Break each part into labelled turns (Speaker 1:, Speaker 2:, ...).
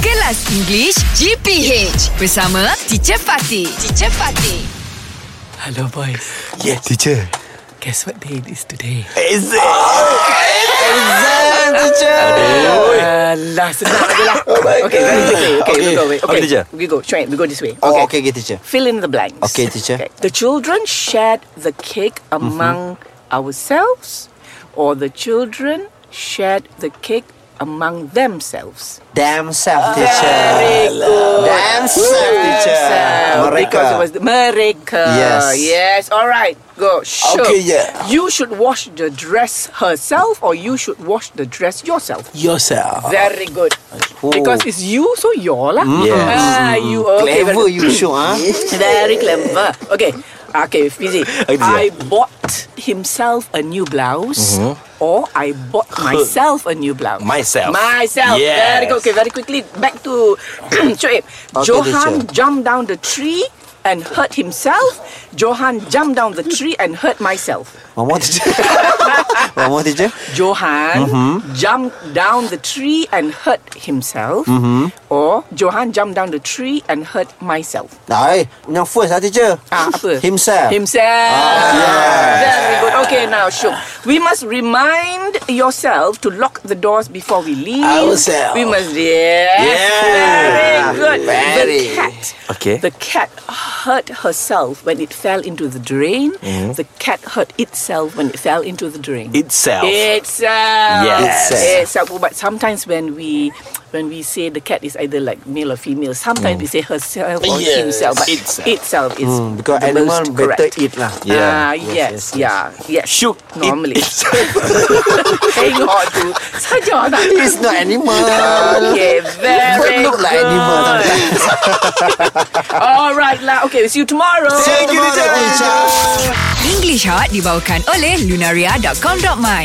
Speaker 1: Kelas English GPH bersama Teacher Fatih. Teacher Fatih.
Speaker 2: Hello, boys.
Speaker 3: Yes.
Speaker 4: Teacher,
Speaker 2: Guess what day it is today?
Speaker 3: Is it? Exam, teacher.
Speaker 2: Uh, last
Speaker 3: Oh my
Speaker 2: Okay, very
Speaker 3: God.
Speaker 2: quickly. Okay, we go away.
Speaker 3: Okay, teacher.
Speaker 2: We go straight. We go this way.
Speaker 3: Oh, okay, okay, teacher.
Speaker 2: Fill in the blanks.
Speaker 3: Okay, teacher. Mm-hmm.
Speaker 2: The children shared the cake among ourselves, or the children shared the cake among themselves.
Speaker 3: Damn self, teacher. Damn self, teacher.
Speaker 2: Themselves,
Speaker 3: Mereka.
Speaker 2: Because it was the, mereka.
Speaker 3: Yes.
Speaker 2: Yes. All right. Go. Sure.
Speaker 3: Okay, yeah.
Speaker 2: You should wash the dress herself, or you should wash the dress yourself.
Speaker 3: Yourself.
Speaker 2: Very good.
Speaker 3: Oh.
Speaker 2: Because it's you, so you're lah.
Speaker 3: Yes.
Speaker 2: Ah, you okay.
Speaker 3: Clever
Speaker 2: very-
Speaker 3: you show, ah.
Speaker 2: Very clever. Okay. Okay, Fizi.
Speaker 3: Okay,
Speaker 2: I bought himself a new blouse. Or I bought myself a new blouse.
Speaker 3: Mm-hmm. Myself.
Speaker 2: Myself.
Speaker 3: Yes.
Speaker 2: Very good. Okay, very quickly. Back to Shoaib. Johan jumped down the tree and hurt himself. Johan jumped down the tree and hurt myself.
Speaker 3: One more, teacher. One more, teacher.
Speaker 2: Johan
Speaker 3: Mm-hmm.
Speaker 2: jumped down the tree and hurt himself,
Speaker 3: Mm-hmm.
Speaker 2: or Johan jumped down the tree and hurt myself.
Speaker 3: Ay, eh. yang first lah, teacher.
Speaker 2: Ah, apa?
Speaker 3: Himself. Ah,
Speaker 2: Himself. Very good. Okay, now Shuk, we must remind yourself to lock the doors before we leave.
Speaker 3: Ourself.
Speaker 2: We must. Yes. Very good.
Speaker 3: Very.
Speaker 2: The cat.
Speaker 4: Okay.
Speaker 2: The cat hurt herself when it fell into the drain.
Speaker 3: Mm-hmm.
Speaker 2: The cat hurt itself when it fell into the drain.
Speaker 4: itself.
Speaker 2: It's uh,
Speaker 4: Yes.
Speaker 2: it's uh, but sometimes when we when we say the cat is either like male or female, sometimes we say herself or
Speaker 4: Mm. Yes.
Speaker 2: himself, but
Speaker 4: Itself.
Speaker 2: itself, is
Speaker 3: Hmm, Because
Speaker 2: the
Speaker 3: animal
Speaker 2: most
Speaker 3: better
Speaker 2: correct.
Speaker 3: eat lah.
Speaker 4: Yeah.
Speaker 2: Ah, yes,
Speaker 3: yes, yes.
Speaker 2: yeah, yes.
Speaker 4: Shook it
Speaker 2: normally.
Speaker 4: itself.
Speaker 2: Tengok tu. Saja tak?
Speaker 3: It's not animal.
Speaker 2: Okay, very
Speaker 3: Look like animal sometimes.
Speaker 2: All right lah. Okay, we'll see you tomorrow.
Speaker 3: Thank you, teacher.
Speaker 1: English Hot dibawakan oleh lunaria.com.my.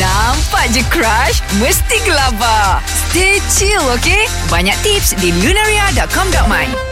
Speaker 1: Nampak je crush? Mesti gelabah. Stay chill, okay? Banyak tips di lunaria.com.my.